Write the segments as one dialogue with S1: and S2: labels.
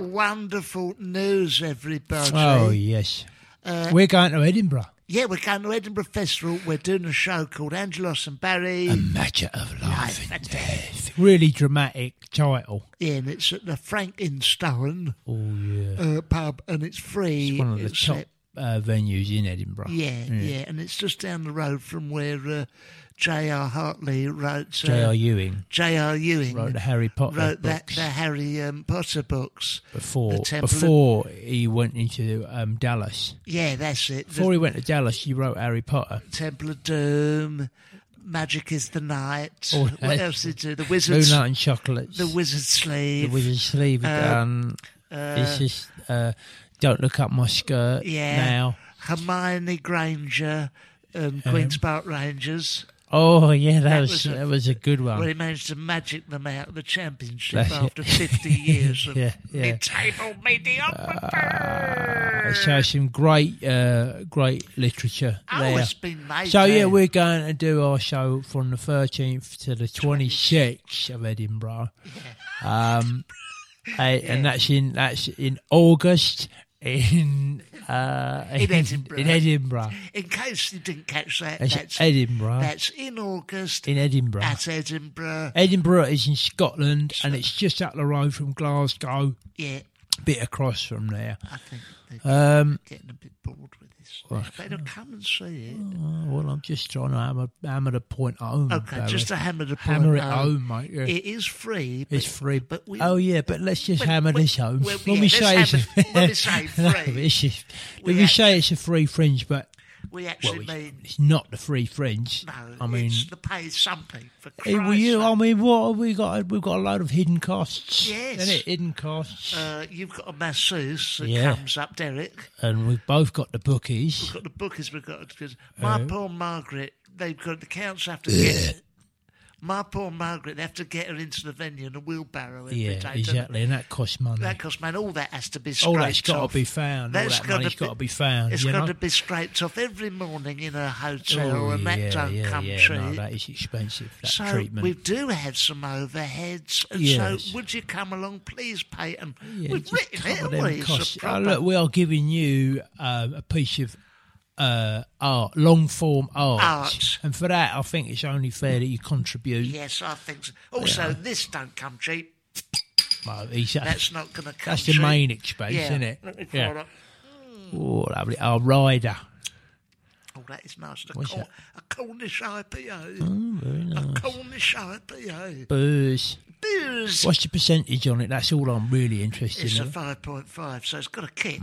S1: Wonderful news, everybody.
S2: Oh yes, we're going to Edinburgh.
S1: Yeah, we're going to Edinburgh Festival. We're doing a show called Angelos and Barry.
S2: matter of
S1: Life and
S2: death. Mm. Really dramatic title.
S1: yeah, and it's at the Frankenstein
S2: Oh yeah,
S1: uh, pub, and it's free.
S2: it's one of the
S1: It's,
S2: top
S1: uh,
S2: uh, venues in Edinburgh.
S1: yeah, yeah, and it's just down the road from where uh, J.R. Hartley wrote uh,
S2: J.R. Ewing
S1: J.R. Ewing
S2: wrote the Harry Potter
S1: wrote that,
S2: books
S1: the Harry um, Potter books.
S2: before
S1: the Temple of-
S2: before he went into um, Dallas.
S1: Yeah, that's it. The
S2: Before he went to Dallas, he wrote Harry Potter.
S1: Temple of Doom, Magic is the Night.
S2: Oh,
S1: what
S2: that's-
S1: else did he do? The
S2: Blue
S1: Wizard's
S2: Night and Chocolates.
S1: The Wizard's Sleeve.
S2: The Wizard's Sleeve.
S1: Uh,
S2: um, it's just uh, don't look up my skirt
S1: Yeah.
S2: now.
S1: Hermione Granger and Queen's Park Rangers.
S2: Oh yeah, that, was,
S1: was a-
S2: that was a good one.
S1: Where he managed to magic them out of the championship
S2: That's it.
S1: after 50 years of
S2: Yeah, yeah. Ah,
S1: mid-table mediocrity.
S2: So Uh, some great, uh, great literature
S1: Oh,
S2: there.
S1: it's been made
S2: so yeah,
S1: there.
S2: we're going to do our show from the 13th to the 26th of Edinburgh, um, and, and that's in that's in August in uh,
S1: In Edinburgh.
S2: In Edinburgh,
S1: in case you didn't catch that,
S2: That's
S1: that's,
S2: Edinburgh.
S1: that's in August
S2: in Edinburgh.
S1: at Edinburgh.
S2: Edinburgh is in Scotland, and it's just up the road from Glasgow,
S1: yeah,
S2: bit across from there.
S1: I think they're
S2: Um,
S1: getting a bit bored with this. Better come and see it.
S2: oh, well, I'm just trying to hammer, hammer the point home.
S1: Okay,
S2: oh, Barry.
S1: just to hammer the point
S2: hammer it
S1: home.
S2: home, mate. yeah.
S1: It is free.
S2: It's
S1: but-
S2: free.
S1: But we,
S2: oh yeah, but let's just
S1: Well,
S2: hammer
S1: well,
S2: this home.
S1: well,
S2: when
S1: yeah,
S2: we
S1: let's
S2: say it's
S1: hammer-
S2: a,
S1: when we say
S2: No,
S1: free,
S2: it's just-
S1: we
S2: when we
S1: act-
S2: say it's a free fringe, but
S1: we
S2: well,
S1: actually
S2: it's,
S1: mean
S2: it's not the free fringe.
S1: no.
S2: I mean,
S1: it's to pay something for
S2: eh,
S1: Christ's
S2: well, you, I
S1: sake.
S2: mean, what have we got? We've got a load of hidden costs.
S1: Yes.
S2: is it hidden costs,
S1: Uh, you've got a masseuse that
S2: Yeah.
S1: comes up, Derek.
S2: and we've both got the bookies.
S1: Got the bookers we've got. Because my
S2: Oh.
S1: poor Margaret, they've got the counts have to get. My poor Margaret, they have to get her into the venue in a wheelbarrow every day.
S2: Yeah,
S1: don't they?
S2: exactly, and that costs money.
S1: That costs man. All that has to be.
S2: all that's
S1: scraped
S2: got
S1: off.
S2: to be found.
S1: That's
S2: all that
S1: gotta
S2: money's
S1: be-
S2: got to be found.
S1: It's
S2: you
S1: got
S2: know?
S1: to be scraped off every morning in a hotel,
S2: Oh,
S1: and that
S2: yeah,
S1: don't
S2: yeah,
S1: come
S2: yeah,
S1: cheap.
S2: No, that is expensive. That
S1: so
S2: treatment.
S1: we do have some overheads, and
S2: Yes.
S1: so would you come along, please, Peyton?
S2: Yeah,
S1: We've
S2: just
S1: written it,
S2: cover
S1: haven't
S2: them
S1: we? It's a
S2: costs. Oh,
S1: proper-
S2: look, we are giving you um, a piece of uh, art, long form art.
S1: Art.
S2: And for that, I think it's only fair that you contribute.
S1: yes, I think. So. Also, this don't come cheap.
S2: Well, he's-
S1: That's not going to come.
S2: that's the
S1: cheap.
S2: main expense,
S1: yeah.
S2: isn't it?
S1: Let me call
S2: Yeah.
S1: up.
S2: Oh, lovely. Our rider.
S1: Oh, that is nice. A,
S2: What's
S1: Cor-
S2: that?
S1: a Cornish IPA.
S2: Oh, very nice.
S1: A Cornish IPA.
S2: Booze.
S1: Booze.
S2: What's the percentage on it? That's all I'm really interested
S1: It's a
S2: in. Hmm.
S1: 5.5, so it's got a kick.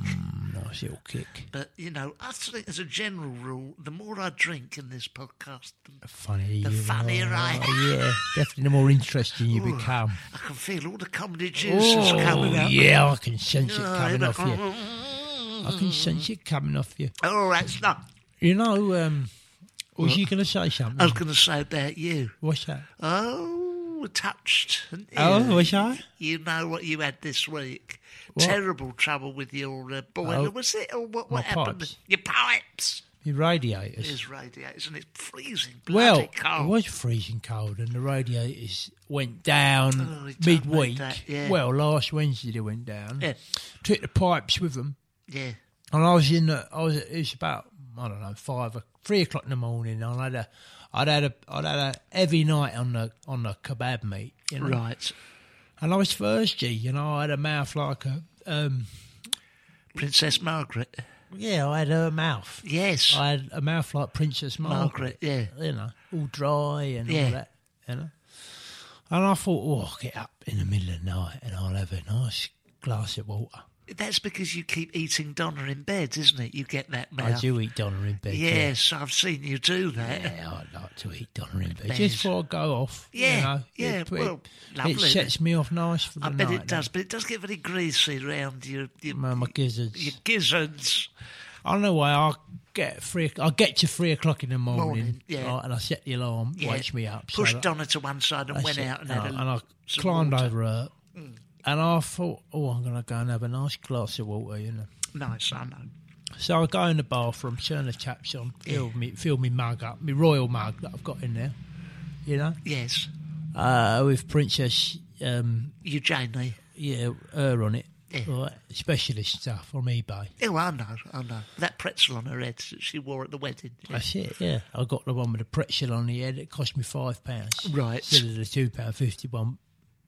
S2: course, it'll kick.
S1: But you know, I think as a general rule, the more I drink in this podcast, the-
S2: Funny.
S1: The
S2: you
S1: funnier
S2: are.
S1: I am.
S2: Yeah, definitely the more interesting you become.
S1: I can feel all the comedy juices coming
S2: Oh,
S1: up.
S2: yeah, I can sense it
S1: Oh,
S2: coming
S1: I
S2: off you.
S1: can-
S2: I can sense it coming off you.
S1: Oh, that's not.
S2: You know, um, was you going to say
S1: I
S2: something?
S1: was going to say about you.
S2: What's that?
S1: Oh, we're touched. aren't you?
S2: Oh, was I?
S1: you know what you had this week? Terrible trouble with your uh, boiler,
S2: Oh.
S1: was it? Or what,
S2: My
S1: what happened?
S2: pipes.
S1: Your pipes.
S2: The radiators.
S1: There's radiators and it's freezing bloody
S2: Well,
S1: cold.
S2: it was freezing cold, and the radiators went down
S1: Oh, it don't make
S2: midweek.
S1: that, yeah.
S2: Well, last Wednesday they went down.
S1: Yeah.
S2: Took the pipes with them,
S1: Yeah.
S2: and I was in. The, I was. It was about I don't know five, o- three o'clock in the morning. And I had a, I'd had a, I'd had a heavy night on the on the kebab meat, you know.
S1: Right.
S2: And I was thirsty, you know. I had a mouth like a, um,
S1: Princess Margaret.
S2: yeah, I had a mouth.
S1: Yes.
S2: I had a mouth like Princess
S1: Margaret, yeah.
S2: you know, all dry and
S1: Yeah.
S2: all that, you know. And I thought, oh, I'll get up in the middle of the night and I'll have a nice glass of water.
S1: That's because you keep eating Donna in bed, isn't it? You get that
S2: I
S1: mouth.
S2: do eat doner in bed. yeah.
S1: Yes, I've seen you do that.
S2: Yeah, I'd like to eat doner in bed.
S1: bed.
S2: Just before I go off. you
S1: Yeah,
S2: know,
S1: yeah,
S2: It, put-
S1: well,
S2: it
S1: lovely.
S2: sets me off nice for the
S1: I
S2: night.
S1: bet it does, but it does get very greasy round your your,
S2: Man, my gizzards.
S1: your gizzards.
S2: On the way, I'll get three. o- I'll get to three o'clock in the morning,
S1: Morning, yeah.
S2: right, and I set the alarm,
S1: Yeah.
S2: wakes me up. so
S1: Pushed
S2: that-
S1: Donna to one side and
S2: I
S1: went
S2: said-
S1: out and
S2: no,
S1: had a
S2: and I
S1: some
S2: climbed
S1: water. Mm.
S2: over her, and I thought, oh, I'm going to go and have a nice glass of water, you know.
S1: Nice, I know.
S2: So I go in the bathroom, turn the taps on, fill me, fill me mug up, my royal mug that I've got in there, you know,
S1: Yes,
S2: uh, with Princess, um,
S1: Eugenie.
S2: yeah, her on it,
S1: Yeah.
S2: right, specialist stuff from eBay.
S1: Oh, I know, I know. That pretzel on her head that she wore at the wedding.
S2: That's it, yeah. I got the one with the pretzel on the head. It cost me five pounds.
S1: Right.
S2: Instead of the two pound fifty one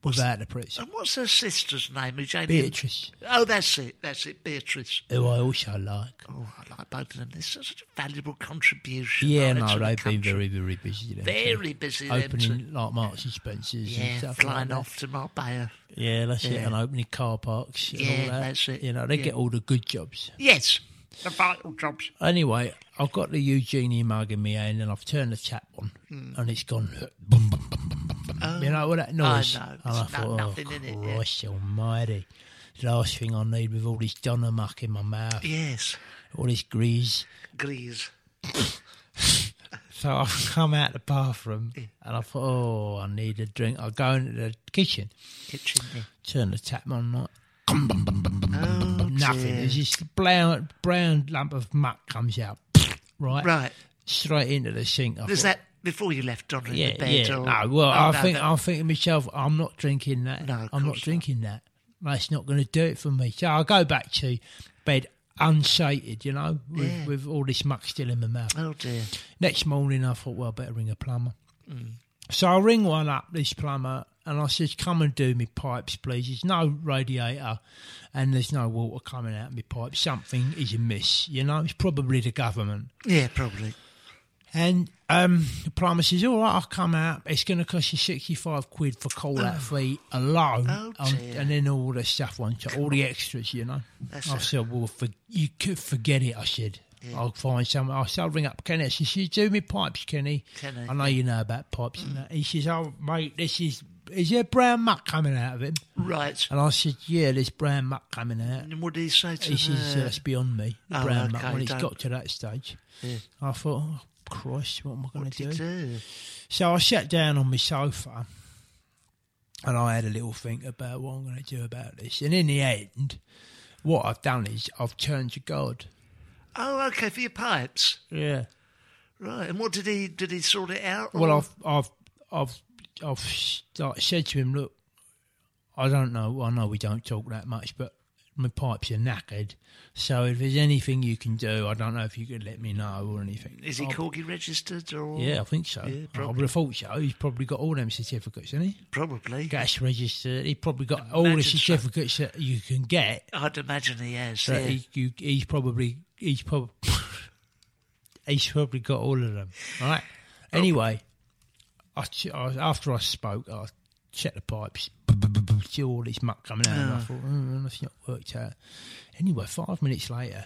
S2: without the pretzel.
S1: And what's her sister's name, Eugenie?
S2: Beatrice,
S1: Oh, that's it, that's it, Beatrice.
S2: who I also like.
S1: Oh, I like both of them. They're such a valuable contribution.
S2: Yeah,
S1: aren't they,
S2: no,
S1: to the
S2: they've been
S1: country?
S2: very, very busy. Them, too.
S1: Very busy, them two.
S2: opening like Marks and Spencers.
S1: Yeah,
S2: and stuff
S1: flying
S2: like that.
S1: off to Marbella.
S2: Yeah, that's it.
S1: Yeah.
S2: And opening car parks. And
S1: Yeah,
S2: all that.
S1: that's it.
S2: You know, they
S1: Yeah.
S2: get all the good jobs.
S1: Yes, the vital jobs.
S2: Anyway, I've got the Eugenie mug in my hand, and I've turned the tap on,
S1: Hmm.
S2: and it's gone. Boom, boom, boom, boom, boom, boom. you know all that noise.
S1: Oh. know.
S2: And
S1: It's
S2: I
S1: not
S2: thought,
S1: nothing
S2: oh,
S1: in it, yeah.
S2: Christ Almighty. Last thing I need with all this doner muck in my mouth,
S1: Yes,
S2: all this grease.
S1: Grease.
S2: So I've come out the bathroom and I thought, oh, I need a drink. I go into the kitchen,
S1: kitchen. Yeah.
S2: turn the tap on, like, cum, bum, bum, bum, bum, bum, bum, bum, nothing. There's this brown, brown lump of muck comes out, right,
S1: Right.
S2: straight into the sink. I
S1: Was
S2: thought,
S1: that before you left Donna in
S2: Yeah,
S1: the bed?
S2: yeah.
S1: Or,
S2: No, well, I
S1: no,
S2: think
S1: that-
S2: I'm thinking to myself, I'm not drinking that.
S1: No, of
S2: I'm not
S1: course not.
S2: drinking that. That's not going to do it for me. So I go back to bed unsated, you know, with,
S1: Yeah.
S2: with all this muck still in my mouth.
S1: Oh dear.
S2: Next morning, I thought, well, I better ring a plumber. So I ring one up, this plumber, and I says, come and do me pipes, please. There's no radiator and there's no water coming out of my pipes. Something is amiss, you know. It's probably the government.
S1: Yeah, probably.
S2: And um, the plumber says, all right, I'll come out. It's going to cost you 65 quid for call-out fee alone. Um,
S1: Oh,
S2: and,
S1: dear.
S2: and then all the stuff on top, all the extras, you know.
S1: That's
S2: I
S1: it.
S2: said, well, for, you could forget it, I said. I'll find someone. I said, I'll ring up Kenny. I said, you do me pipes, Kenny.
S1: Kenny, Mm.
S2: I know you know about pipes and that. He says, oh, mate, this is, is there brown muck coming out of him?
S1: Right.
S2: And I said, yeah, there's brown muck coming out.
S1: And what did he say to
S2: He says, uh,
S1: her?
S2: that's beyond me, the
S1: Oh,
S2: brown muck,
S1: okay,
S2: when it's
S1: don't-
S2: got to that stage.
S1: Yeah.
S2: I thought, oh, Christ, what am I going
S1: What
S2: to
S1: did he do?
S2: so I sat down on my sofa and I had a little think about what I'm going to do about this. And in the end, what I've done is I've turned to God.
S1: Oh, okay, for your pipes.
S2: Yeah.
S1: Right. And what did he did he sort it out?
S2: Well,
S1: or-
S2: I've I've I've I've s- like, said to him, look, I don't know. I know we don't talk that much, but my pipes are knackered. So if there's anything you can do, I don't know if you could let me know or anything.
S1: is he Corgi registered or
S2: Yeah, I think so. I would
S1: probably.
S2: have thought so. He's probably got all them certificates, hasn't he?
S1: probably?
S2: gas register. He probably got all the
S1: Imagine so.
S2: certificates that you can get.
S1: I'd imagine he has.
S2: That
S1: yeah.
S2: he, you, he's probably he's probably he's probably got Oh. all of them. All right. Anyway, I, ch- I, after I spoke, I check the pipes, see all this muck coming out. And I thought, oh, nothing's not worked out. Anyway, five minutes later,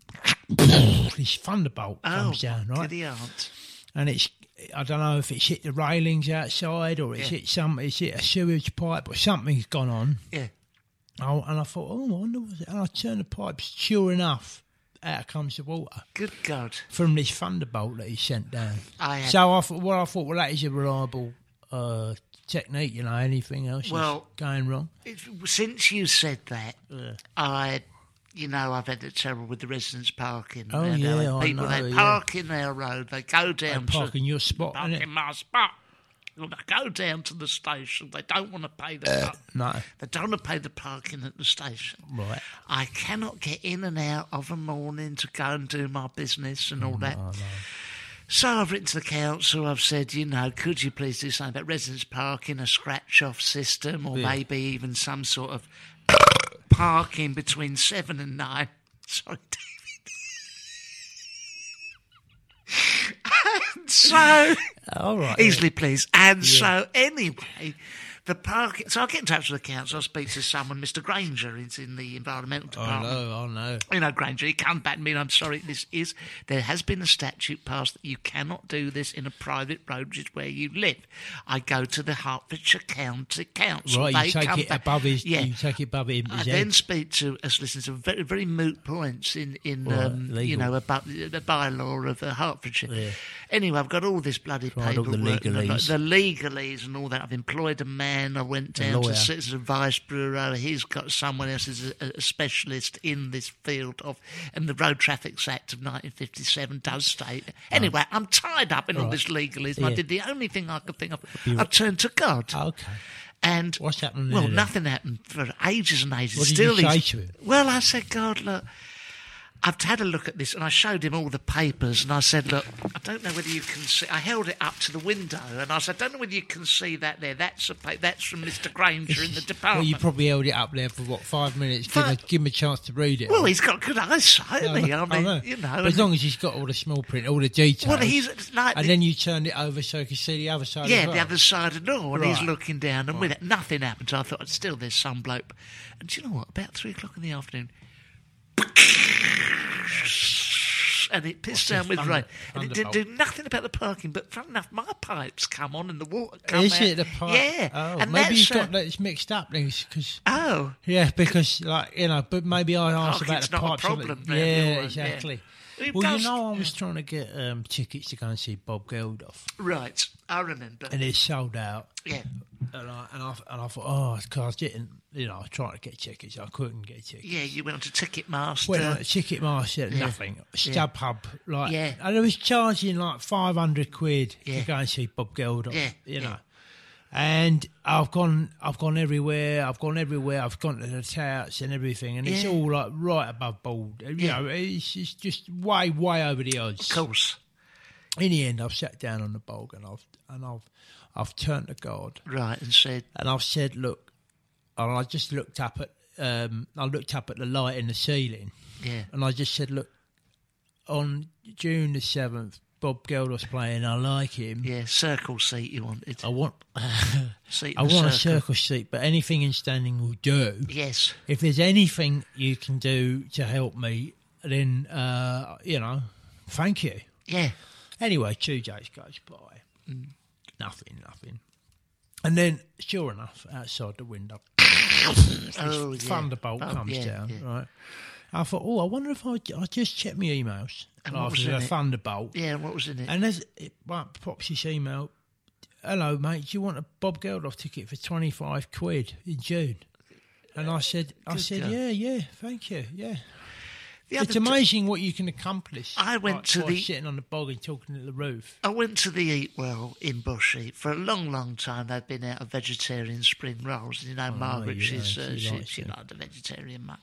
S2: this thunderbolt
S1: Oh,
S2: comes down, right?
S1: giddy aunt.
S2: and it's I don't know if it's hit the railings outside or it's
S1: Yeah.
S2: hit some it's hit a sewage pipe or something's gone on.
S1: Yeah.
S2: Oh, and I thought, oh, I wonder what's it. And I turned the pipes. Sure enough, out comes the water
S1: Good God.
S2: from this thunderbolt that he sent down.
S1: I had-
S2: so I thought, well, I thought, well, that is a reliable uh, technique. You know, anything else
S1: Well-
S2: is going wrong?
S1: It- Since you said that, I, you know, I've had it terrible with the residents parking.
S2: Oh,
S1: You know,
S2: yeah, I
S1: people
S2: know,
S1: they
S2: yeah.
S1: park in their road, they go down
S2: Park
S1: to
S2: in your spot.
S1: park
S2: innit?
S1: in my spot. Well, They go down to the station. They don't want to pay the par-
S2: No,
S1: they don't want to pay the parking at the station.
S2: right.
S1: I cannot get in and out of a morning to go and do my business and all that. So I've written to the council. I've said, you know, could you please do something about residents parking, a scratch-off system, or maybe even some sort of parking between seven and nine. Sorry, David. and so.
S2: All right.
S1: Easily, please. And so, anyway, the park. So I get in touch with the council. I speak to someone, Mr. Granger, is in the environmental
S2: I
S1: department.
S2: know. I know.
S1: You know, Granger, he come back to me and I'm sorry, this is, there has been a statute passed that you cannot do this in a private road, which is where you live. I go to the Hertfordshire County Council.
S2: Right, you take
S1: come
S2: it
S1: back-
S2: above his.
S1: Yeah.
S2: You take it above his
S1: I
S2: head.
S1: then speak to us listeners of very, very moot points in, in
S2: Right,
S1: um, you
S2: legal.
S1: know, about the the bylaw of uh, Hertfordshire. Anyway, I've got all this bloody
S2: Tried all the
S1: paperwork, and I've got
S2: legalese.
S1: the legalese and all that. I've employed a man. I went down
S2: lawyer.
S1: to Citizen Advice Bureau. He's got someone else who's a, a specialist in this field of, and the Road Traffic Act of 1957 does state. Anyway, I'm tied up in all this legalese. and I
S2: Yeah.
S1: did the only thing I could think of. I turned to God.
S2: Okay.
S1: And
S2: What's happening
S1: Well,
S2: there then?
S1: nothing happened for ages and ages.
S2: What did
S1: Still,
S2: you say
S1: he's-
S2: to him?
S1: well, I said, God, look, I've had a look at this, and I showed him all the papers, and I said, look, I don't know whether you can see. I held it up to the window, and I said, I don't know whether you can see that there. That's a pa- that's from Mr. Granger in the
S2: Well, you
S1: department.
S2: probably held it up there for what five minutes. Give,
S1: Fi-
S2: a, give him a chance to read it.
S1: well, he's got good eyesight,
S2: Yeah,
S1: hasn't he? I mean,
S2: know.
S1: you know,
S2: But
S1: and-
S2: as long as he's got all the small print, all the details.
S1: well, he's like
S2: and then you turned it over so you could see the other side.
S1: Yeah,
S2: as well.
S1: the other side of the door, and he's
S2: Right.
S1: looking down, and with it, nothing happened. So I thought, still, there's some bloke. And do you know what? About three o'clock in the afternoon, and it pissed down with
S2: thunder-
S1: rain, and it didn't
S2: thunderbolt?
S1: do nothing about the parking. But funny enough, my pipes come on, and the water come
S2: Is
S1: out.
S2: it the part?
S1: Yeah,
S2: Oh,
S1: and
S2: maybe
S1: that's
S2: you've got
S1: uh,
S2: that it's mixed up because.
S1: Oh,
S2: Yeah, because like you know, but maybe I asked
S1: Parking's
S2: about the
S1: not a
S2: pipes. of it.
S1: problem,
S2: yeah,
S1: really, all right, yeah.
S2: exactly.
S1: It
S2: Well,
S1: does-
S2: you know, I was trying to get um, tickets to go and see Bob Geldof,
S1: right, I remember.
S2: and it's sold out.
S1: yeah,
S2: And I and I, and I thought, oh, because I didn't, you know, I tried to get tickets, I couldn't get tickets.
S1: yeah, you went on to Ticketmaster.
S2: Went on Ticketmaster, nothing. StubHub, like,
S1: Yeah.
S2: and I was charging like five hundred quid
S1: Yeah.
S2: to go and see Bob Geldof.
S1: Yeah,
S2: you
S1: yeah.
S2: know. And I've gone, I've gone everywhere. I've gone everywhere. I've gone to the touts and everything, and it's
S1: Yeah.
S2: all like right above board. You
S1: Yeah.
S2: know, it's, it's just way, way over the odds
S1: of course,
S2: in the end, I've sat down on the bog and I've and I've I've turned to God
S1: right, and said,
S2: and I've said, look, and I just looked up at um, I looked up at the light in the ceiling,
S1: yeah,
S2: and I just said, look, on June the seventh, Bob Geldof's playing. I like him.
S1: yeah, circle seat you wanted,
S2: I want
S1: seat.
S2: I
S1: in the
S2: want a
S1: circle.
S2: circle seat, but anything in standing will do.
S1: Yes,
S2: If there's anything you can do to help me, then uh, you know, thank you.
S1: yeah.
S2: Anyway, two days goes by.
S1: Mm.
S2: Nothing, nothing. And then, sure enough, outside the window,
S1: Oh, yeah.
S2: this thunderbolt
S1: Oh,
S2: comes
S1: yeah,
S2: down,
S1: yeah.
S2: right? I thought, oh, I wonder if I, I just check my emails
S1: And what was
S2: after the
S1: in it?
S2: thunderbolt.
S1: Yeah, what was in it?
S2: And there's, it well, pops this email, hello, mate, do you want a Bob Geldof ticket for 25 quid in June? And I said, I
S1: Good
S2: said,
S1: God.
S2: yeah, yeah, thank you, yeah.
S1: The
S2: It's
S1: other d-
S2: amazing what you can accomplish.
S1: I went
S2: like,
S1: to
S2: by
S1: the-
S2: sitting on the bog and talking at the roof.
S1: I went to the Eat Well in Bushy for a long, long time. They've been out of vegetarian spring rolls. You know, Margaret,
S2: Oh, yeah,
S1: she's uh,
S2: she
S1: she,
S2: likes
S1: she
S2: them.
S1: liked the vegetarian. mu-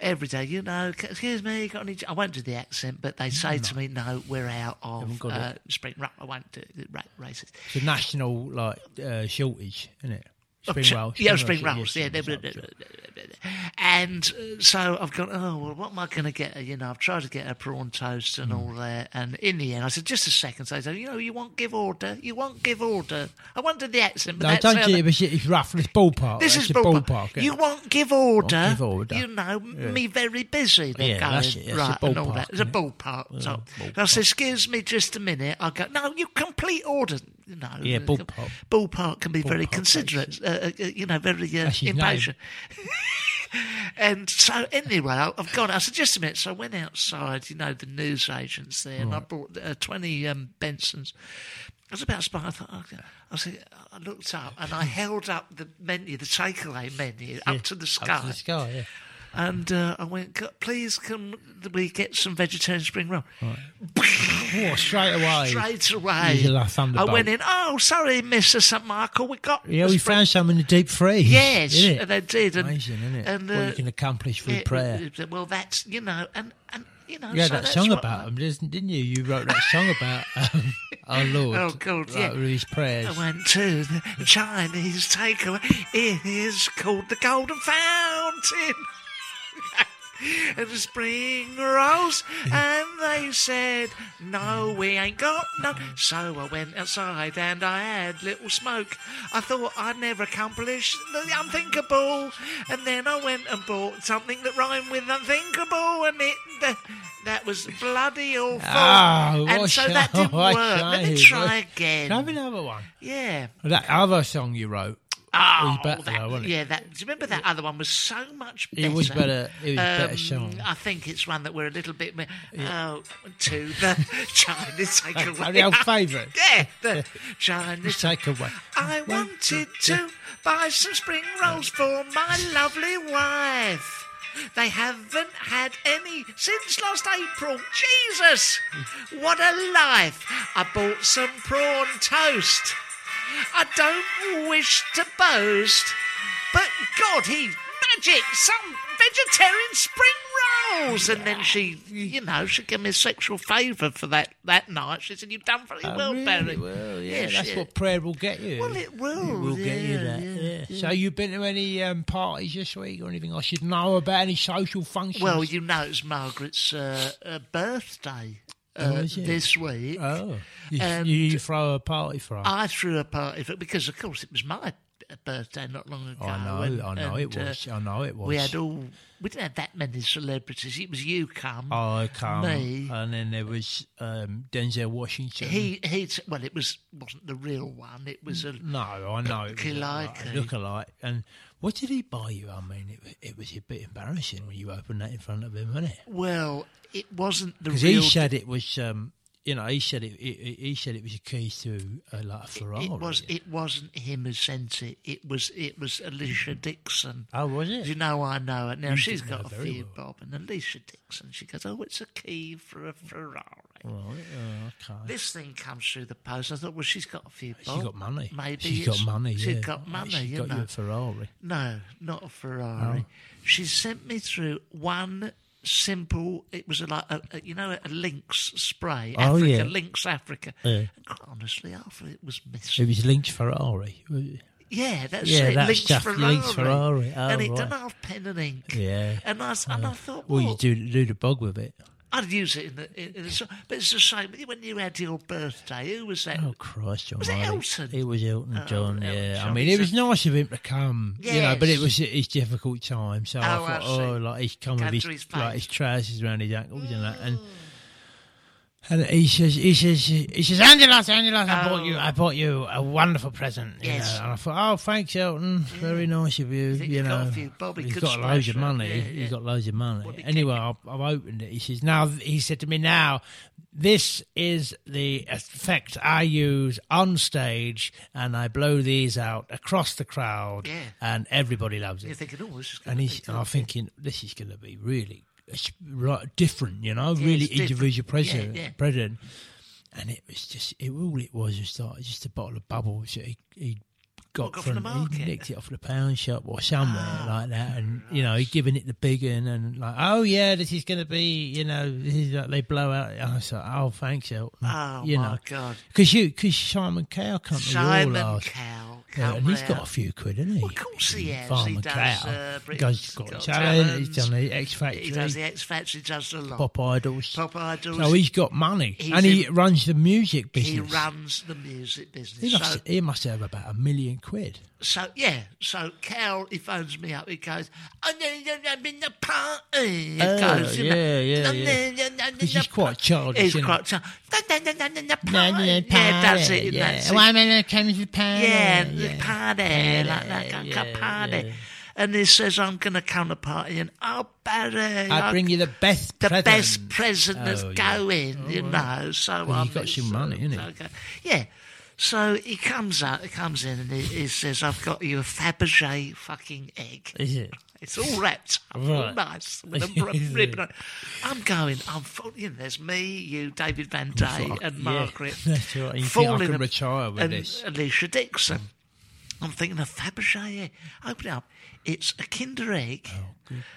S1: Every day, you know, "C- excuse me, got any? ch-" I won't do the accent, but they say to me, no, we're out of
S2: got
S1: uh, spring roll. I won't do it. Ra- racist.
S2: It's a national like uh, shortage, isn't it? Spring
S1: Ch-
S2: rolls.
S1: Yeah, spring
S2: yeah,
S1: rolls. Yeah,
S2: spring
S1: they're-
S2: rolls, yeah.
S1: uh, And uh, so I've gone, oh, well, what am I going to get her? You know, I've tried to get her prawn toast and all that. And in the end, I said, just a second. So I said, you know, you won't give order. You won't give order. I won't do the accent, but
S2: No,
S1: that's
S2: don't
S1: how
S2: get
S1: the-
S2: it, but shit, it's rough. It's ballpark.
S1: this
S2: eh? it's
S1: is
S2: a
S1: ballpark.
S2: yeah.
S1: You won't give order.
S2: Won't give order.
S1: You know, me very busy. They're
S2: Yeah,
S1: going,
S2: that's it, that's
S1: right,
S2: a
S1: and all
S2: ballpark,
S1: that. It's a
S2: isn't it?
S1: ballpark. top. And I said, excuse me just a minute. I go, no, you complete order. You know,
S2: Yeah, ballpark.
S1: Ballpark can be very
S2: Ballpark,
S1: considerate, uh, uh, you know, very uh,
S2: That's his name.
S1: impatient. And so anyway, I- I've gone. I said, just a minute. So I went outside, you know, the news agents there, and I bought uh, twenty um, Bensons. I was about to buy. I thought, okay. I said, I looked up and I held up the menu, the takeaway menu, up to the sky,
S2: Up to the sky, yeah.
S1: and uh, I went, "C- please, can we get some vegetarian spring roll?
S2: Oh, straight away.
S1: Straight away,
S2: He's a la
S1: I
S2: thunderbolt.
S1: went in. Oh, sorry, Mister St Michael, we got
S2: Yeah,
S1: the
S2: we
S1: spring-
S2: found some in the deep freeze.
S1: Yes,
S2: isn't it?
S1: and they did. And,
S2: Amazing, isn't it?
S1: And,
S2: what
S1: uh,
S2: you can accomplish through
S1: yeah,
S2: prayer.
S1: uh, Well, that's you know, and and you know,
S2: You had
S1: so
S2: that
S1: that's
S2: song
S1: what
S2: about
S1: I-
S2: him, didn't didn't you? You wrote that song about um, our Lord.
S1: Oh, God,
S2: right,
S1: yeah. Oh,
S2: With his prayers.
S1: I went to the Chinese takeaway. It is called the Golden Fountain. and the spring rolls. And they said, No, we ain't got none. So I went outside and I had little smoke. I thought I'd never accomplish the unthinkable. And then I went and bought something that rhymed with unthinkable. And it. That, that was bloody awful.
S2: Ah,
S1: and
S2: what
S1: so
S2: a
S1: that
S2: shame,
S1: didn't
S2: what
S1: work.
S2: a
S1: Let me
S2: shame.
S1: try again.
S2: Can I have another one?
S1: Yeah.
S2: That other song you wrote.
S1: Oh,
S2: was better
S1: that-
S2: though, wasn't it?
S1: yeah. That, do you remember that other one was so much better? Um,
S2: It was better. It was better song.
S1: I think it's one that we're a little bit. more- Oh, to the Chinese
S2: Our
S1: takeaway.
S2: old favourite.
S1: Yeah, the Chinese
S2: Take away.
S1: I wanted to buy some spring rolls for my lovely wife. They haven't had any since last April. Jesus! What a life! I bought some prawn toast. I don't wish to boast, but God, he's magic! Some vegetarian spring rolls! And then she, you know, she gave me a sexual favour for that, that night. She said, You've done very
S2: Oh,
S1: well,
S2: really?
S1: Barry.
S2: Well, yeah,
S1: she-
S2: that's what prayer will get you.
S1: Well, it will,
S2: will get you
S1: yeah,
S2: that.
S1: yeah,
S2: Yeah. So, you've been to any um, parties this week or anything I should know about? Any social functions?
S1: Well, you know, it's Margaret's uh, uh, birthday uh,
S2: Oh, is it?
S1: this week.
S2: oh, you,
S1: and-
S2: you throw a party for us.
S1: I threw a party for, because, of course, it was my birthday not long ago.
S2: I know,
S1: and-
S2: I know it
S1: and, uh,
S2: was. I know it was.
S1: We had all. We didn't have that many celebrities. It was you come.
S2: I Oh, come,
S1: me.
S2: and then there was um, Denzel Washington.
S1: he he. t- Well, it was wasn't the real one. It was a.
S2: no, I know it was
S1: Lookalike.
S2: a look alike. And what did he buy you? I mean, it, wa- it was a bit embarrassing when you opened that in front of him, wasn't it?
S1: Well, it wasn't the
S2: Because
S1: real.
S2: he said it was, um, you know, he said it. He, he said it was a key to uh, like a Ferrari.
S1: it was. It wasn't him who sent it. It was. It was Alicia Dixon.
S2: oh, was it?
S1: You know I know it. Now she's
S2: do know
S1: got a
S2: very
S1: few bob and Alicia Dixon. She goes, Oh, it's a key for a Ferrari.
S2: Right, oh, okay.
S1: This thing comes through the post. I thought, well, she's got a few bob.
S2: She's got money.
S1: Maybe
S2: she's
S1: it's-
S2: got money.
S1: She's
S2: yeah.
S1: got money.
S2: She's
S1: you
S2: got
S1: know.
S2: you a Ferrari.
S1: No, not a Ferrari. She sent me through one simple. It was a, like a, a- you know a Lynx spray.
S2: Oh,
S1: Africa,
S2: yeah.
S1: Lynx Africa.
S2: Yeah.
S1: And quite honestly, I thought it was
S2: It
S1: missing.
S2: was linked Ferrari. was it?
S1: Yeah, that's
S2: Yeah,
S1: it.
S2: that's
S1: Lynx
S2: just
S1: Ferrari.
S2: Lynx Ferrari. Oh,
S1: and it
S2: right.
S1: done half pen and ink.
S2: Yeah.
S1: And I s- and I thought,
S2: Well, you
S1: well,
S2: do do the bog with it.
S1: I'd use it in the, in, in the song. But it's the same when you had your birthday. Who was that?
S2: Oh Christ, John!
S1: Was it Elton? Oh,
S2: It was Elton
S1: Elton
S2: John. yeah, I
S1: John,
S2: mean,
S1: he's
S2: it was
S1: a-
S2: nice of him to come. you know, but it
S1: Yes.
S2: was his difficult time. So I
S1: Oh, I
S2: thought,
S1: see.
S2: oh, like he's come with
S1: Cut
S2: his,
S1: to his Mm. face.
S2: like his trousers around his ankles and that, and. And he says, he says, he says, Angelos, Angelos, I bought you, I bought you a wonderful present. you
S1: Oh. Yes.
S2: know. And I thought, oh, thanks, Elton, very nice of you.
S1: think
S2: you
S1: you've
S2: know,
S1: got a few bob, he
S2: he's
S1: could
S2: got loads of
S1: splash around.
S2: money.
S1: Yeah, yeah.
S2: He's got loads of money.
S1: he
S2: Anyway, I've, I've opened it. He says, now, he said to me, now, this is the effect I use on stage, and I blow these out across the crowd,
S1: Yeah.
S2: and everybody loves
S1: You're
S2: it.
S1: thinking, oh, this is going
S2: And, uh,
S1: to
S2: he's, and I'm thinking, this is going to be really it's right, different, you know, really
S1: it's different.
S2: individual
S1: Yeah,
S2: president.
S1: yeah.
S2: president. And it was just, it, all it was was like just a bottle of bubbles that he, he got
S1: Got off
S2: from,
S1: the
S2: he
S1: market. Ah,
S2: nicked it off the pound shop or somewhere like that. And, you know, he giving it the big one and like, oh, yeah, this is going to be, you know, this is like they blow out. And I was like, oh, thanks, Elton.
S1: Oh,
S2: you
S1: my
S2: know.
S1: God.
S2: Because you, because Simon Cowell come to your
S1: Simon
S2: last.
S1: Cowell.
S2: Yeah,
S1: come
S2: and he's got a
S1: round.
S2: few quid, hasn't he?
S1: Of course he has.
S2: Farmer
S1: he does.
S2: Cow.
S1: Uh,
S2: he
S1: Britain's
S2: has got,
S1: Got
S2: talent.
S1: Talent.
S2: He's done the X Factor.
S1: He does the X Factor. He does the lot.
S2: Pop Idols.
S1: Pop Idols.
S2: So he's got money,
S1: He's
S2: and he
S1: in-
S2: runs the music
S1: he
S2: business.
S1: runs the music business.
S2: He
S1: so,
S2: must, he must have about a million quid.
S1: So yeah, so Cal he phones me up. He goes, "Oh no, no, no, I'm in the party." He
S2: Oh,
S1: goes, you know,
S2: yeah, yeah,
S1: "No,
S2: yeah.
S1: no, no, no, no,
S2: Because
S1: no,
S2: he's quite childish,
S1: He's
S2: isn't he?
S1: quite childish. No, no, no, no, no, no, party. Yeah, that's it. That's it.
S2: minute comes the party.
S1: Yeah, the party, like that, come, come party. And he says, "I'm going to come to party, and oh, Barry,
S2: I bring you the best
S1: the
S2: present.
S1: best present that's
S2: Oh, yeah.
S1: going, you know. So
S2: Well,
S1: I'm
S2: you've got some money,
S1: you
S2: innit?
S1: know. Yeah. So he comes out, he comes in, and he, he says, "I've got you a Fabergé fucking egg.
S2: Is it?
S1: It's all wrapped up, all
S2: Right.
S1: nice with a r-
S2: Is
S1: ribbon."
S2: it?
S1: on it." I'm going. I'm falling. You know, there's me, you, David Van Day,
S2: Fuck,
S1: and
S2: yeah.
S1: Margaret.
S2: That's right. You think I
S1: falling
S2: can
S1: ab-
S2: retire with
S1: and
S2: this? Mm.
S1: Alicia Dixon. I'm thinking of Fabergé egg. Open it up. It's a Kinder egg.
S2: Oh,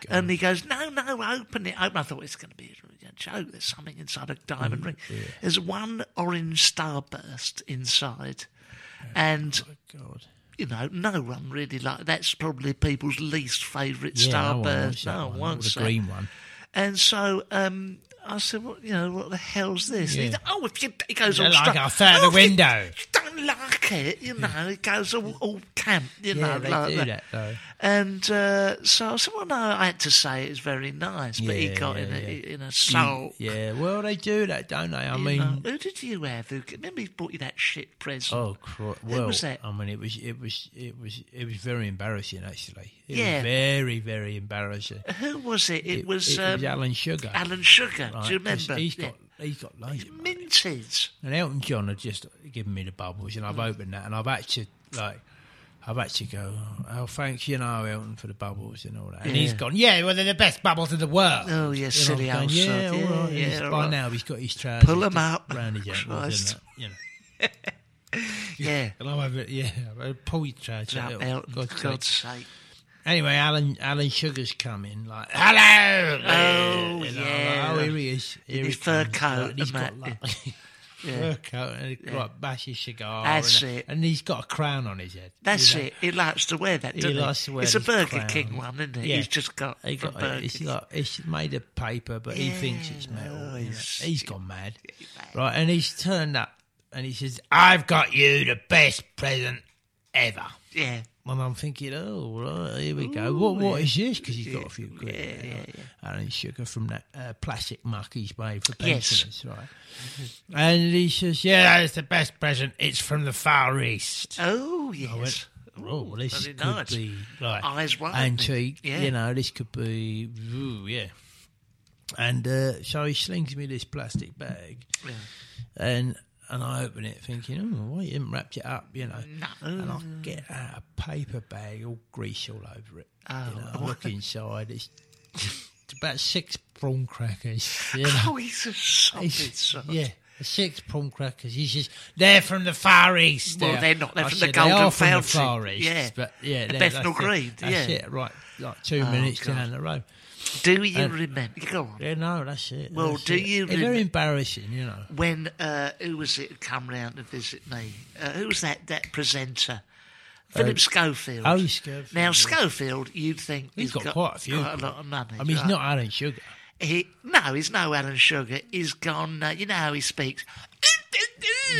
S1: and he goes, no, no, open it. Open. I thought it's going to be a joke. There's something inside a diamond
S2: Mm,
S1: ring. There's one orange starburst inside. And,
S2: Oh, God.
S1: you know, no one really like that's probably people's least favourite
S2: Yeah, no one wants
S1: starburst.
S2: that
S1: No
S2: one.
S1: one
S2: Not
S1: wants
S2: the
S1: that.
S2: green one.
S1: And so um, I said, "What you know? What the hell's this?" And
S2: Yeah.
S1: he's, oh, if you, he goes all
S2: They're like
S1: stru-
S2: I fell out the
S1: "Oh, if you-
S2: window."
S1: You, don't like it, you know. He goes all, all camp, you
S2: Yeah,
S1: know,
S2: they
S1: like
S2: do
S1: that.
S2: that, though.
S1: And uh, so I said, "Well, no, I had to say it's very nice." But he
S2: Yeah,
S1: got
S2: yeah,
S1: in, a,
S2: yeah.
S1: in a sulk.
S2: Yeah, well, they do that, don't they? I
S1: you
S2: mean,
S1: know. who did you have? Who, remember, he bought you that shit present.
S2: Oh, cro-
S1: Who
S2: well,
S1: was that?
S2: I mean, it was, it was, it was, it was very embarrassing actually. It
S1: Yeah.
S2: was very, very embarrassing.
S1: Who was it? It, was,
S2: it
S1: um,
S2: was Alan Sugar.
S1: Alan Sugar.
S2: Right,
S1: Do you
S2: 'cause
S1: remember?
S2: He's
S1: Yeah.
S2: got, he's got loads of money.
S1: Minted.
S2: And Elton John had just given me the bubbles, and I've
S1: Mm.
S2: opened that, and I've actually like. I've actually go, oh, thanks, you know, Elton, for the bubbles and all that. And he's
S1: Yeah.
S2: gone, yeah, well, they're the best bubbles in the world.
S1: Oh, yeah,
S2: And I'm
S1: silly
S2: going,
S1: old
S2: Yeah,
S1: sod.
S2: all
S1: Yeah,
S2: right. And
S1: yeah,
S2: he's-
S1: all
S2: by
S1: right.
S2: now, he's got his trousers.
S1: 'em up.
S2: Round his ankles,
S1: Christ.
S2: isn't it? You know.
S1: Yeah.
S2: And I'll have it, yeah, I'll pull your trousers
S1: Out
S2: out.
S1: Elton,
S2: God's
S1: for
S2: sake.
S1: God's sake.
S2: Anyway, Alan Alan Sugar's coming. Like, hello.
S1: Oh,
S2: You know,
S1: yeah.
S2: like, oh, here he is. Here
S1: his
S2: he
S1: fur
S2: comes.
S1: coat
S2: Like, he's
S1: and
S2: got
S1: that.
S2: like,
S1: Yeah.
S2: fur coat and he's got bash his cigar.
S1: That's
S2: and,
S1: it.
S2: And he's got a crown on his head.
S1: That's
S2: you know.
S1: it. He likes to wear that,
S2: He
S1: doesn't he?
S2: likes to wear
S1: it's a
S2: this
S1: Burger
S2: crown.
S1: King one, isn't it?
S2: Yeah.
S1: He's just got,
S2: He
S1: from
S2: got,
S1: Burger
S2: it's
S1: King.
S2: like it's made of paper, but he thinks it's metal.
S1: Oh,
S2: you know.
S1: he's-
S2: he's gone mad, right? And he's turned up, and he says, "I've got you the best present ever."
S1: Yeah.
S2: And I'm thinking, oh, right, here we go. What, what is this? Because he's got a few quid. Yeah, Alan Sugar from that uh, plastic muck he's made for
S1: Yes.
S2: pensioners, right? And he says, yeah, it's the best present. It's from the Far East.
S1: Oh, yes. Oh,
S2: I went, oh, well, this
S1: very
S2: could
S1: nice.
S2: be like
S1: Eyes wide.
S2: antique.
S1: Yeah.
S2: You know, this could be, ooh, yeah. And uh, so he slings me this plastic bag,
S1: Yeah.
S2: and and I open it thinking, oh, why you haven't wrapped it up, you know?
S1: No.
S2: And I get out a paper bag, all grease all over it.
S1: Oh.
S2: you know, I look inside, it's, it's about six prawn crackers. You know?
S1: Oh, he's a solid
S2: It's-
S1: sod.
S2: yeah. Six prawn crackers. He says they're from the Far East.
S1: Well, they're not. They're
S2: I
S1: from
S2: said,
S1: the
S2: they
S1: Golden
S2: are from the
S1: Fountain.
S2: Far East,
S1: Yeah.
S2: but yeah,
S1: The
S2: they're-
S1: Bethnal
S2: that's it.
S1: Green,
S2: That's
S1: yeah. Oh,
S2: it. Right, like two minutes
S1: God.
S2: down the road.
S1: Do you remember? Go on.
S2: Uh, Yeah, no, that's it.
S1: Well,
S2: that's
S1: do
S2: it.
S1: you
S2: They're
S1: remem-
S2: very embarrassing, you know.
S1: When, uh, who was it who come round to visit me? Uh, who was that, that presenter? Philip Schofield.
S2: oh, Schofield,
S1: Now,
S2: yeah.
S1: Schofield, you'd think
S2: He's got quite a few.
S1: Quite a lot of money.
S2: I mean,
S1: right?
S2: he's not Alan Sugar.
S1: He no, he's no Alan Sugar. He's gone. Uh, you know how he speaks.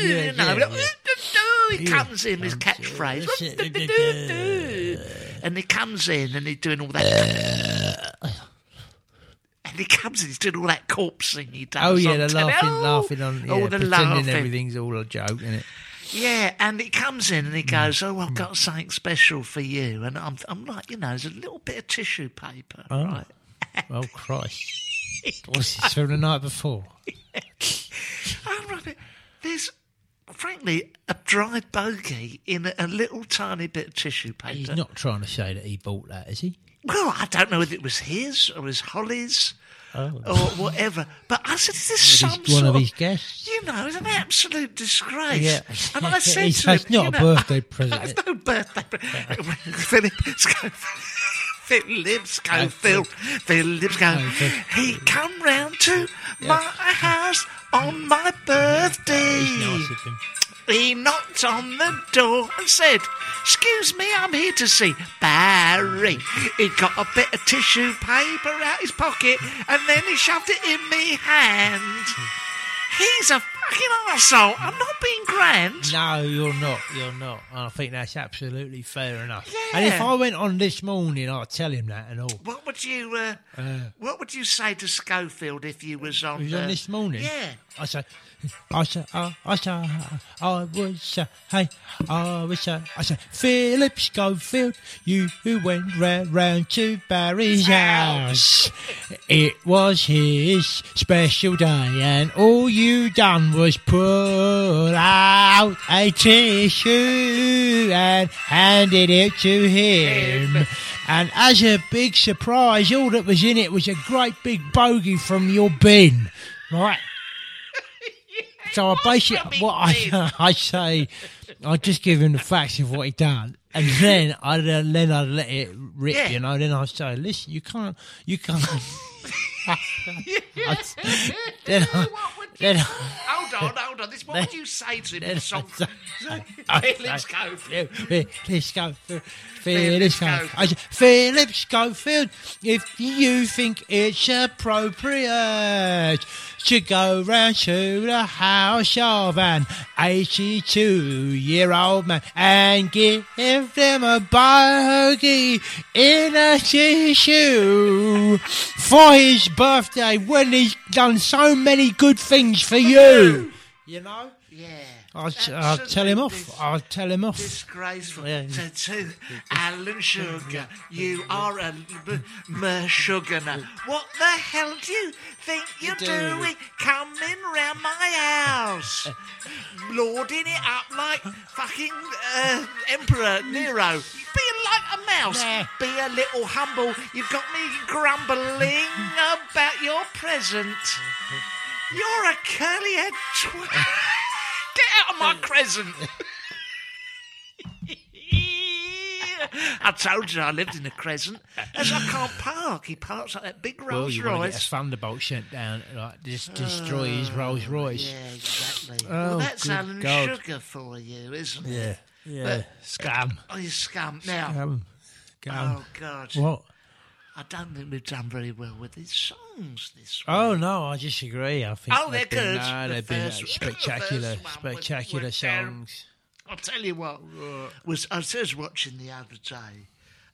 S2: Yeah,
S1: you know,
S2: yeah, Oh,
S1: like,
S2: yeah.
S1: he comes in with his
S2: oh,
S1: catchphrase, and he comes in and he's doing all that. And he comes in, he's doing all that corpsing he does.
S2: Oh yeah,
S1: on
S2: they're
S1: telly.
S2: laughing,
S1: Oh,
S2: laughing on, yeah,
S1: all the
S2: pretending
S1: laughing.
S2: everything's all a joke, isn't it?
S1: Yeah, and he comes in and
S2: Mm.
S1: he goes, "Oh, I've got something special for you." And I'm, I'm like, you know, there's a little bit of tissue paper, right?
S2: Oh Christ! What's this from the night before?
S1: Oh, Robert, there's frankly a dried bogey in a, a little tiny bit of tissue paper.
S2: He's not trying to say that he bought that, is he?
S1: Well, I don't know whether it was his or his Holly's or whatever, but I said, is this
S2: Oh.
S1: some
S2: He's one
S1: sort
S2: of his guests.
S1: You know, it's an absolute disgrace.
S2: Yeah.
S1: And I said
S2: It's-
S1: to him,
S2: it's not
S1: you
S2: a
S1: know,
S2: birthday present.
S1: It's no birthday present. Philip Schofield. Philip Schofield. Philip Schofield. He come round to my house on my birthday.
S2: He's nice of him.
S1: He knocked on the door and said, Excuse me, I'm here to see Barry. He got a bit of tissue paper out his pocket and then he shoved it in me hand. He's a fucking arsehole. I'm not being grand.
S2: No, you're not. You're not. And I think that's absolutely fair enough. And if
S1: Yeah.
S2: I went on this morning, I'd tell him that and all.
S1: What would you uh, What would you say to Schofield if you was on?
S2: He was on
S1: uh,
S2: this morning.
S1: Yeah.
S2: I say, I say, I, I say, I wish, I, hey, I wish, I, I say, Philip Schofield, you who went ra- round to Barry's house. It was his special day, and all you done was pull out a tissue and handed it to him. And as a big surprise, all that was in it was a great big bogey from your bin. Right. So I basically,
S1: big
S2: what I, I say, I just give him the facts of what he done, and then I then I let it rip,
S1: Yeah.
S2: you know. Then I say, listen, you can't, you can't. I- then I,
S1: What would you-
S2: then
S1: Hold on, hold on. This what would you say to him? in song?
S2: I,
S1: Philip Schofield.
S2: Philip Schofield. Philip
S1: Philip
S2: Schofield.
S1: Schofield.
S2: I said, Philip Schofield, if you think it's appropriate to go round to the house of an 82 year old man and give them a bogey in a tissue for his birthday when he's done so many good things for you. You know?
S1: Yeah.
S2: I'll, t- I'll tell him off.
S1: Absolutely
S2: I'll tell him off.
S1: Disgraceful.
S2: Yeah.
S1: So to Alan Sugar, you are a b- mersuganer. What the hell do you think you're
S2: do.
S1: doing coming round my house? Lording it up like fucking uh, Emperor Nero. Being like a mouse.
S2: Nah.
S1: Be a little humble. You've got me grumbling about your present. You're a curly head twat. Get out of my crescent. I told you I lived in a crescent. As I can't park, he parks like that big
S2: Well,
S1: Rolls
S2: you want to get
S1: Royce.
S2: a thunderbolt sent down, like just destroy his Rolls Royce.
S1: Uh, Yeah, exactly.
S2: Oh,
S1: well, that's
S2: good
S1: Alan
S2: God.
S1: Sugar for you, isn't it?
S2: yeah, yeah. Scam.
S1: Oh, you scum. Now,
S2: Scam. Scam.
S1: oh, God.
S2: What?
S1: I don't think we've done very well with these songs this week.
S2: Oh no, I disagree. I think.
S1: Oh, they're
S2: they've been-
S1: good.
S2: No,
S1: The
S2: they've been
S1: first-
S2: uh, spectacular,
S1: the first one was-
S2: spectacular
S1: was terrible.
S2: songs.
S1: I'll tell you what. Was I was just watching the other day.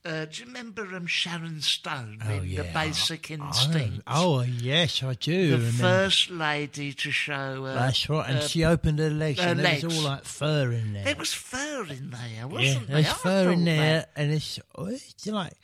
S1: Uh, do you remember um, Sharon Stone in The
S2: Oh, yeah.
S1: Basic Instinct?
S2: Oh, oh, yes, I do.
S1: the
S2: remember.
S1: first lady to show. Uh,
S2: That's right, and
S1: uh,
S2: she opened her legs,
S1: her
S2: and there was
S1: legs.
S2: all like fur in there.
S1: There was fur in there,
S2: Yeah,
S1: wasn't
S2: there's
S1: there? I
S2: fur in
S1: thought
S2: there,
S1: that.
S2: and it's, oh, it's like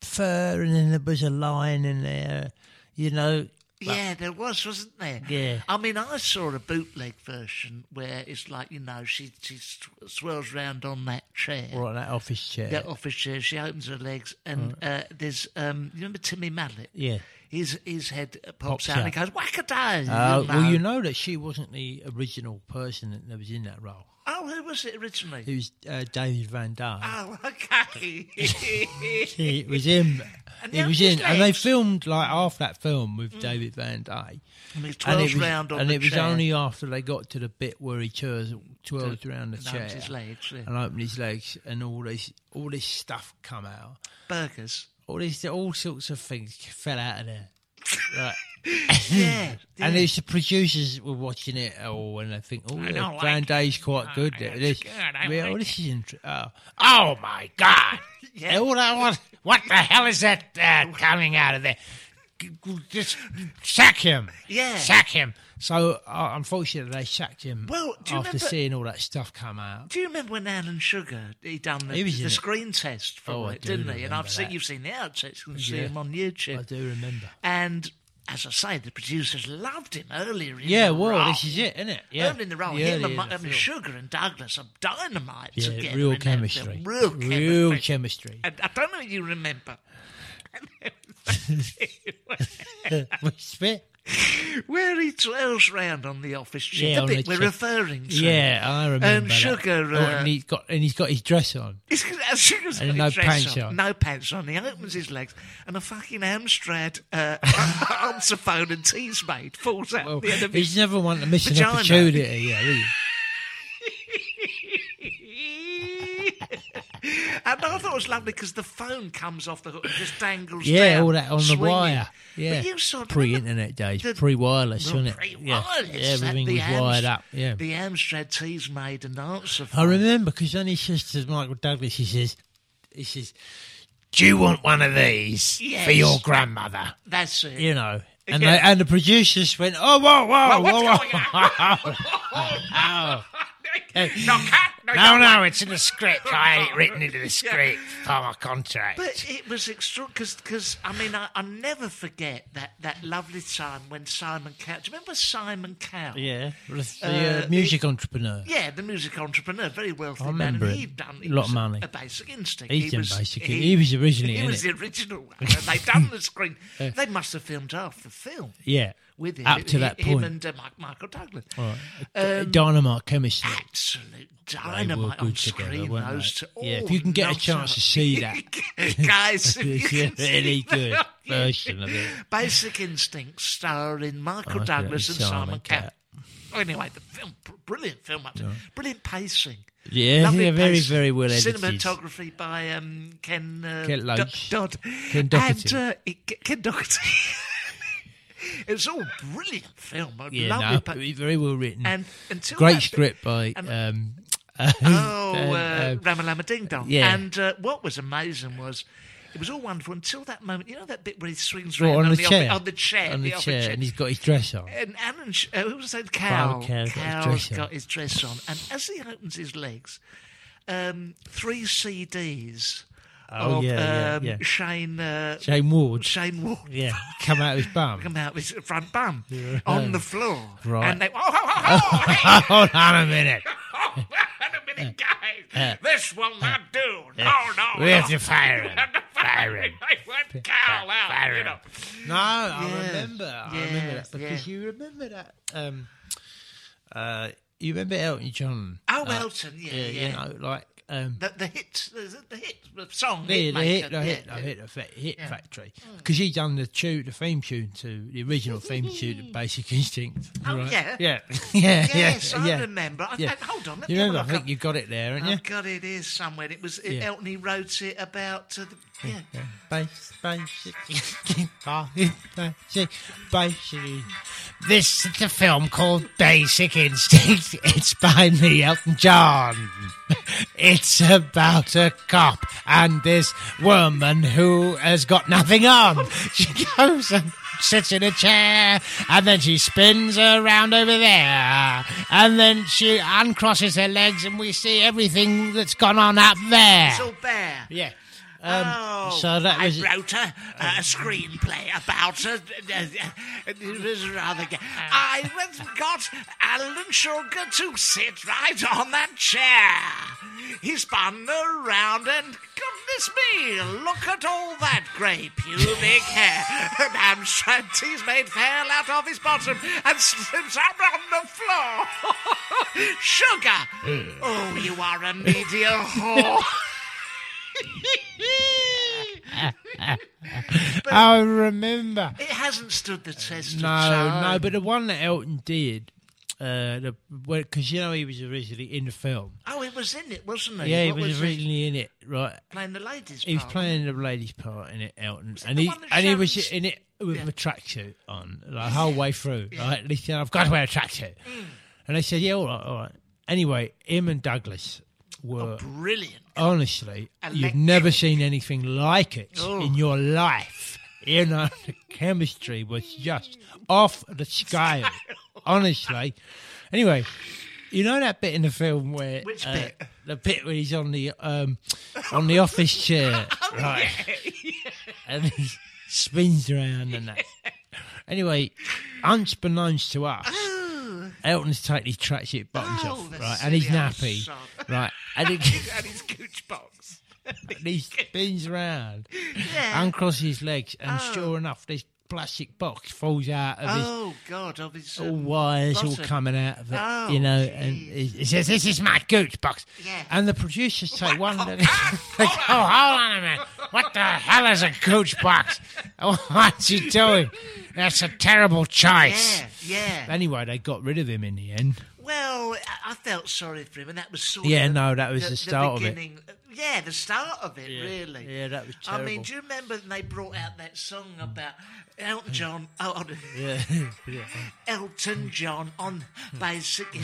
S2: fur, and then there was a lion in there. You know,
S1: Yeah, there was, wasn't there?
S2: Yeah.
S1: I mean, I saw a bootleg version where it's like you know she she sw- swirls round on that chair.
S2: or on that office chair.
S1: That office chair. She opens her legs, and uh, there's um, you remember Timmy Mallet?
S2: Yeah.
S1: His his head uh, pops,
S2: Pops
S1: out, and he
S2: out.
S1: goes whack a day.
S2: Uh, well, you know that she wasn't the original person that was in that role.
S1: Oh, who was it originally?
S2: It was uh, David Van Dyne.
S1: Oh, okay.
S2: it was him.
S1: And
S2: It
S1: now
S2: was
S1: his
S2: in, and they
S1: legs.
S2: filmed like half that film with David Van Dyne.
S1: and he
S2: And
S1: twirls
S2: it was,
S1: round on
S2: and
S1: the
S2: it was
S1: chair.
S2: only after they got to the bit where he twirls, twirls around the
S1: and
S2: chair
S1: opens his legs, yeah.
S2: and opened his legs, and all this all this stuff come out.
S1: burgers.
S2: All these all sorts of things fell out of there. Right. Hmm.
S1: Yeah.
S2: And it's the producers were watching it all, and they think, "Oh, yeah,
S1: don't like
S2: Van
S1: it.
S2: Dyne's quite good.
S1: that's
S2: this,
S1: good. I
S2: well,
S1: like
S2: this is inter- oh. oh my god!
S1: Yeah.
S2: All that was, what the hell is that uh, coming out of there? G- g- Just sack him!
S1: Yeah.
S2: sack him. So uh, unfortunately, they sacked him.
S1: Well, do you
S2: after
S1: remember-
S2: seeing all that stuff come out,
S1: Do you remember when Alan Sugar he done the,
S2: He was in
S1: the
S2: it.
S1: screen test for
S2: Oh, I
S1: it,
S2: do
S1: didn't he? And
S2: remember
S1: I've seen
S2: that.
S1: you've seen the outtakes. You can see
S2: Yeah.
S1: him on YouTube.
S2: I do remember.
S1: And as I say, the producers loved him earlier. In
S2: Yeah,
S1: the
S2: well,
S1: role.
S2: this is it, isn't it? Yeah,
S1: Early in the role,
S2: The
S1: him
S2: early
S1: and,
S2: in
S1: Ma-
S2: the
S1: and
S2: film.
S1: Sugar and Douglas are dynamite
S2: Yeah,
S1: together.
S2: real
S1: in that film.
S2: chemistry.
S1: Real chemistry.
S2: Real chemistry.
S1: and I don't know if you remember.
S2: We spit.
S1: Where he twirls round on the office chair,
S2: Yeah,
S1: the
S2: on
S1: bit
S2: the
S1: we're
S2: chair.
S1: referring to.
S2: Yeah, I remember. that.
S1: sugar,
S2: Oh,
S1: uh,
S2: and he's got and he's got his dress on.
S1: It's 'cause as soon as
S2: And
S1: he
S2: no
S1: dress
S2: pants on.
S1: No pants on. He opens his legs, and a fucking Amstrad uh, answer phone and tea's made falls out
S2: Well,
S1: the end of his
S2: he's never one to miss an
S1: vagina.
S2: opportunity. Yeah, really.
S1: was lovely because the phone comes off the hook and just dangles
S2: Yeah,
S1: down,
S2: all that on
S1: swinging.
S2: the wire. Yeah,
S1: But you saw
S2: pre-internet days,
S1: the-
S2: pre-wireless,
S1: the
S2: wasn't it? Yeah,
S1: pre-wireless, that
S2: everything
S1: the
S2: was
S1: Amst-
S2: wired up. Yeah,
S1: The Amstrad T's made an answer for
S2: I remember because then he says to Michael Douglas, he says, he says, "Do you want one of these for
S1: Yes.
S2: your grandmother?"
S1: That's it.
S2: You know. And,
S1: Yeah.
S2: they, and the producers went, oh, whoa, whoa,
S1: What's
S2: whoa, whoa.
S1: going on? no, cut, no,
S2: No, no, it's in the script. I had it written into the script for my contract.
S1: But it was extraordinary because, I mean, I, I never forget that, that lovely time when Simon Cowell. Do you remember Simon Cowell?
S2: yeah, with the uh, music entrepreneur.
S1: Yeah, the music entrepreneur, very wealthy
S2: I
S1: man.
S2: remember
S1: and
S2: it.
S1: he'd done he
S2: Lot of
S1: was
S2: money.
S1: A basic instinct.
S2: He's done Basic Instinct. He was originally
S1: He
S2: in
S1: was
S2: it.
S1: the original one. And they'd done the screen. They must have filmed half the film
S2: Yeah,
S1: with him.
S2: up to that
S1: him
S2: point.
S1: and um, uh, Mike, Michael Douglas.
S2: Dynamite chemistry.
S1: Absolute
S2: They were
S1: dynamite on
S2: good together,
S1: screen.
S2: weren't
S1: those
S2: they?
S1: two.
S2: Yeah,
S1: Oh,
S2: if you can get a
S1: nuts
S2: chance to
S1: up.
S2: see that.
S1: guys, if you
S2: It's
S1: can
S2: a
S1: see
S2: really
S1: that.
S2: good
S1: Yeah.
S2: version of it.
S1: Basic Instinct, starring Michael
S2: Michael
S1: Douglas and
S2: and
S1: Simon,
S2: Simon
S1: Cowell. Anyway, the film, br- brilliant film, up to- brilliant pacing.
S2: Yeah,
S1: Lovely
S2: yeah, very,
S1: pacing.
S2: very well edited.
S1: Cinematography by um, Ken, uh,
S2: Ken
S1: Do-
S2: Loach.
S1: Dodd.
S2: Ken Doherty.
S1: And, uh, it- Ken Doherty. it's all brilliant film.
S2: Yeah,
S1: lovely
S2: no,
S1: pa-
S2: very well written.
S1: and until
S2: Great
S1: that-
S2: script by.
S1: and-
S2: um,
S1: Oh,
S2: and,
S1: uh,
S2: um,
S1: Ramalama Ding Dong.
S2: yeah.
S1: And uh, what was amazing was it was all wonderful until that moment. You know that bit where he swings
S2: Right,
S1: round
S2: on, the
S1: office-
S2: chair,
S1: on the chair,
S2: on the,
S1: office
S2: chair, and he's got his dress on.
S1: And Alan, Sh- uh, who was that? Cow.
S2: Cow's got his
S1: Cow's
S2: dress on.
S1: got his dress on, and as he opens his legs, um, three CDs
S2: Oh,
S1: of
S2: yeah, yeah,
S1: um,
S2: yeah.
S1: Shane uh,
S2: Shane Ward,
S1: Shane Ward
S2: yeah, come out of his bum.
S1: come out with his front bum on the floor,
S2: Right.
S1: and they, oh, oh, oh, oh, hey,
S2: Hold on a minute. Uh,
S1: Oh, wait a minute, guys. This will not do. No, no.
S2: We
S1: no.
S2: have to fire him.
S1: We have to
S2: Fire him. uh,
S1: I went Carl out,
S2: Fire
S1: you
S2: him.
S1: know.
S2: No, I
S1: Yeah.
S2: remember. I remember that
S1: Yes,
S2: because
S1: yeah.
S2: you remember that. Um, uh, you remember Elton John?
S1: Oh,
S2: like,
S1: Elton, yeah, yeah.
S2: Uh, You know, like um,
S1: The, the hit, the, the hit the song.
S2: the, the hit,
S1: Hitmaker,
S2: the hit, the
S1: yeah.
S2: hit, effect- hit factory. Because he done the tune, the theme tune to the original theme tune to Basic Instinct.
S1: Oh,
S2: right?
S1: yeah.
S2: yeah, yeah,
S1: Yes,
S2: yeah,
S1: I
S2: yeah.
S1: remember. I,
S2: Yeah.
S1: I- hold on. Let
S2: You
S1: me have a
S2: remember? I
S1: look.
S2: think you got it there, haven't you?
S1: I've got it here somewhere. It was
S2: Yeah.
S1: Elton. He wrote it about. To the, yeah.
S2: Base, basic, basic, basic, basic. This is a film called Basic Instinct. It's by me, Elton John. It's about a cop and this woman who has got nothing on. She goes and sits in a chair and then she spins around over there and then she uncrosses her legs and we see everything that's gone on up there.
S1: It's all bare.
S2: Yeah. Um,
S1: oh,
S2: so that
S1: I
S2: was- uh,
S1: wrote a, a screenplay about it. It was rather.
S2: Uh.
S1: Ga- I went and got Alan Sugar to sit right on that chair. He spun around and. Goodness me, look at all that grey pubic hair. And Amstrad's made fell out of his bottom and slips up on the floor.
S2: Uh.
S1: Sugar! Oh, you are a medial whore.
S2: I remember.
S1: It hasn't stood the test of
S2: No,
S1: time.
S2: no, but the one that Elton did, because uh, the- well, 'cause you know he was originally in the film.
S1: oh, it was in it, wasn't it?
S2: Yeah, he
S1: What
S2: was,
S1: he
S2: originally in it, right?
S1: playing the ladies.
S2: He was
S1: part?
S2: playing the lady's part in it, Elton,
S1: that
S2: and
S1: the
S2: he
S1: one that
S2: and he
S1: Sharon
S2: was
S1: s-
S2: in it with a tracksuit on, like whole way through. Right? And he said, "I've got to wear a tracksuit,"
S1: Mm.
S2: and they said, "Yeah, all right, all right." Anyway, him and Douglas were
S1: Brilliant.
S2: honestly,
S1: Electric.
S2: you've never seen anything like it
S1: Oh.
S2: in your life. You know, the chemistry was just off the scale, honestly. Anyway, you know that bit in the film where
S1: Which
S2: uh,
S1: bit?
S2: The bit where he's on the um, on the office chair,
S1: Oh,
S2: right? And he spins around and that. Anyway, unbeknownst to us, Elton's taken his tracksuit bottoms
S1: Oh,
S2: off,
S1: the
S2: right, and he's
S1: silly old
S2: nappy,
S1: sod.
S2: right, and he,
S1: and his gooch box.
S2: and he spins round, uncrosses his legs, and sure enough, this plastic box falls out of his.
S1: Oh God, obviously.
S2: All wires all
S1: bottom.
S2: coming out of it,
S1: Oh,
S2: you know, and he, he says, "This is my gooch box."
S1: Yeah.
S2: And the producers take one look, like, "Oh, hold on a minute! What the hell is a gooch box? What's he doing? That's a terrible choice."
S1: Yeah, yeah.
S2: Anyway, they got rid of him in the end.
S1: Well, I- I felt sorry for him, and that was sort
S2: Yeah,
S1: of
S2: no, that was the start of it.
S1: beginning. Yeah, the start of it,
S2: Yeah.
S1: really.
S2: Yeah, that was
S1: I mean,
S2: terrible.
S1: do you remember when they brought out that song about Elton John? Oh,
S2: Mm. Yeah, yeah.
S1: Elton John on bass again.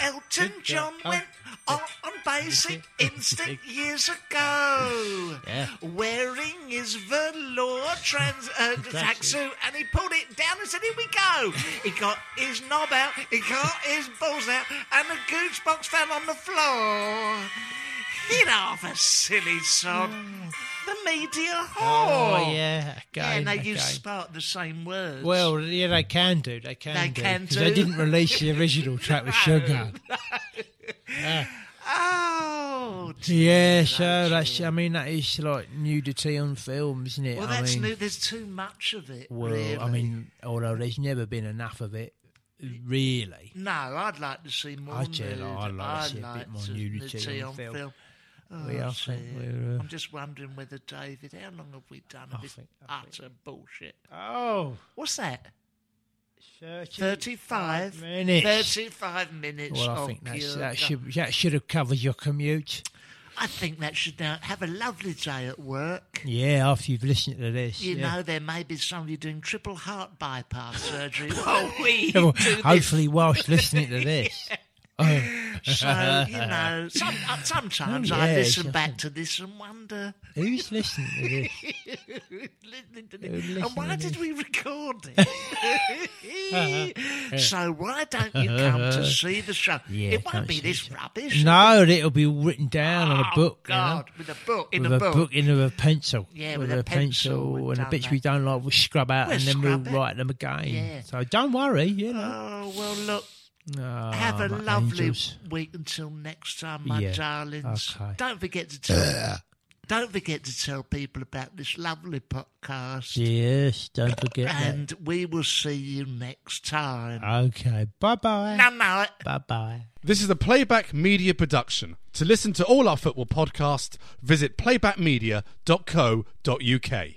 S1: Elton John
S2: Yeah.
S1: went on, on basic instinct years ago,
S2: Yeah.
S1: wearing his velour trans uh, tracksuit, and he pulled it down and said, "Here we go." He got his knob out, he got his balls out, and the gooch box fell on the floor. Hit off a silly song. The media whore.
S2: Mm. Oh, yeah. Again,
S1: Yeah, and they
S2: again.
S1: use Spark the same words.
S2: Well, yeah, they can do. They can
S1: They
S2: do.
S1: can
S2: 'cause They
S1: do.
S2: didn't release the original track with Sugar.
S1: Oh,
S2: Yeah, so that's. I mean, that is like nudity on film, isn't it?
S1: Well,
S2: I
S1: that's
S2: mean,
S1: new. There's too much of it.
S2: Well,
S1: really.
S2: I mean, although there's never been enough of it, really.
S1: no, I'd like to see more.
S2: I'd say,
S1: nude.
S2: like, I'd like to see a bit more
S1: to-
S2: nudity
S1: see
S2: on
S1: on
S2: film.
S1: film. Oh,
S2: We are,
S1: dear.
S2: I think we're, uh,
S1: I'm just wondering whether David, how long have we done of this
S2: think-
S1: utter bullshit?
S2: Oh,
S1: What's that?
S2: 30,
S1: 35
S2: minutes.
S1: 35 minutes.
S2: well, I
S1: of
S2: think that's,
S1: pure
S2: that
S1: gu-
S2: should that should have covered your commute.
S1: I think that should now have a lovely day at work.
S2: Yeah, after you've listened to this.
S1: You
S2: yeah.
S1: know, there may be somebody doing triple heart bypass surgery while we
S2: Yeah, well,
S1: do this.
S2: hopefully, whilst listening to this.
S1: So you know, some, uh, sometimes I
S2: yeah,
S1: listen
S2: sure.
S1: back to this and wonder,
S2: Who's listening to this?
S1: listening to
S2: Who
S1: this,
S2: listened
S1: and why
S2: to
S1: did we record it? so why don't you come to see the show?
S2: Yeah,
S1: it
S2: come
S1: won't be
S2: see
S1: this
S2: the show.
S1: rubbish.
S2: No, it'll be written down on
S1: Oh,
S2: a book. you know?
S1: God, with a book in
S2: with
S1: a,
S2: a book in a pencil.
S1: Yeah, with a pencil, we've
S2: and the
S1: done
S2: bits
S1: that.
S2: we don't like, we scrub out
S1: We'll
S2: and then we'll
S1: scrub it.
S2: write them again.
S1: Yeah.
S2: So don't worry, you know.
S1: Oh well, look.
S2: Oh,
S1: Have a
S2: my
S1: lovely
S2: angels.
S1: week until next time, my
S2: Yeah,
S1: darlings.
S2: okay.
S1: Don't forget to tell. don't forget to tell people about this lovely podcast.
S2: Yes, don't forget
S1: And we will see you next time.
S2: that. Okay, bye bye.
S1: Night night.
S2: Bye bye.
S3: This is a Playback Media production. To listen to all our football podcasts, visit playbackmedia.co.uk.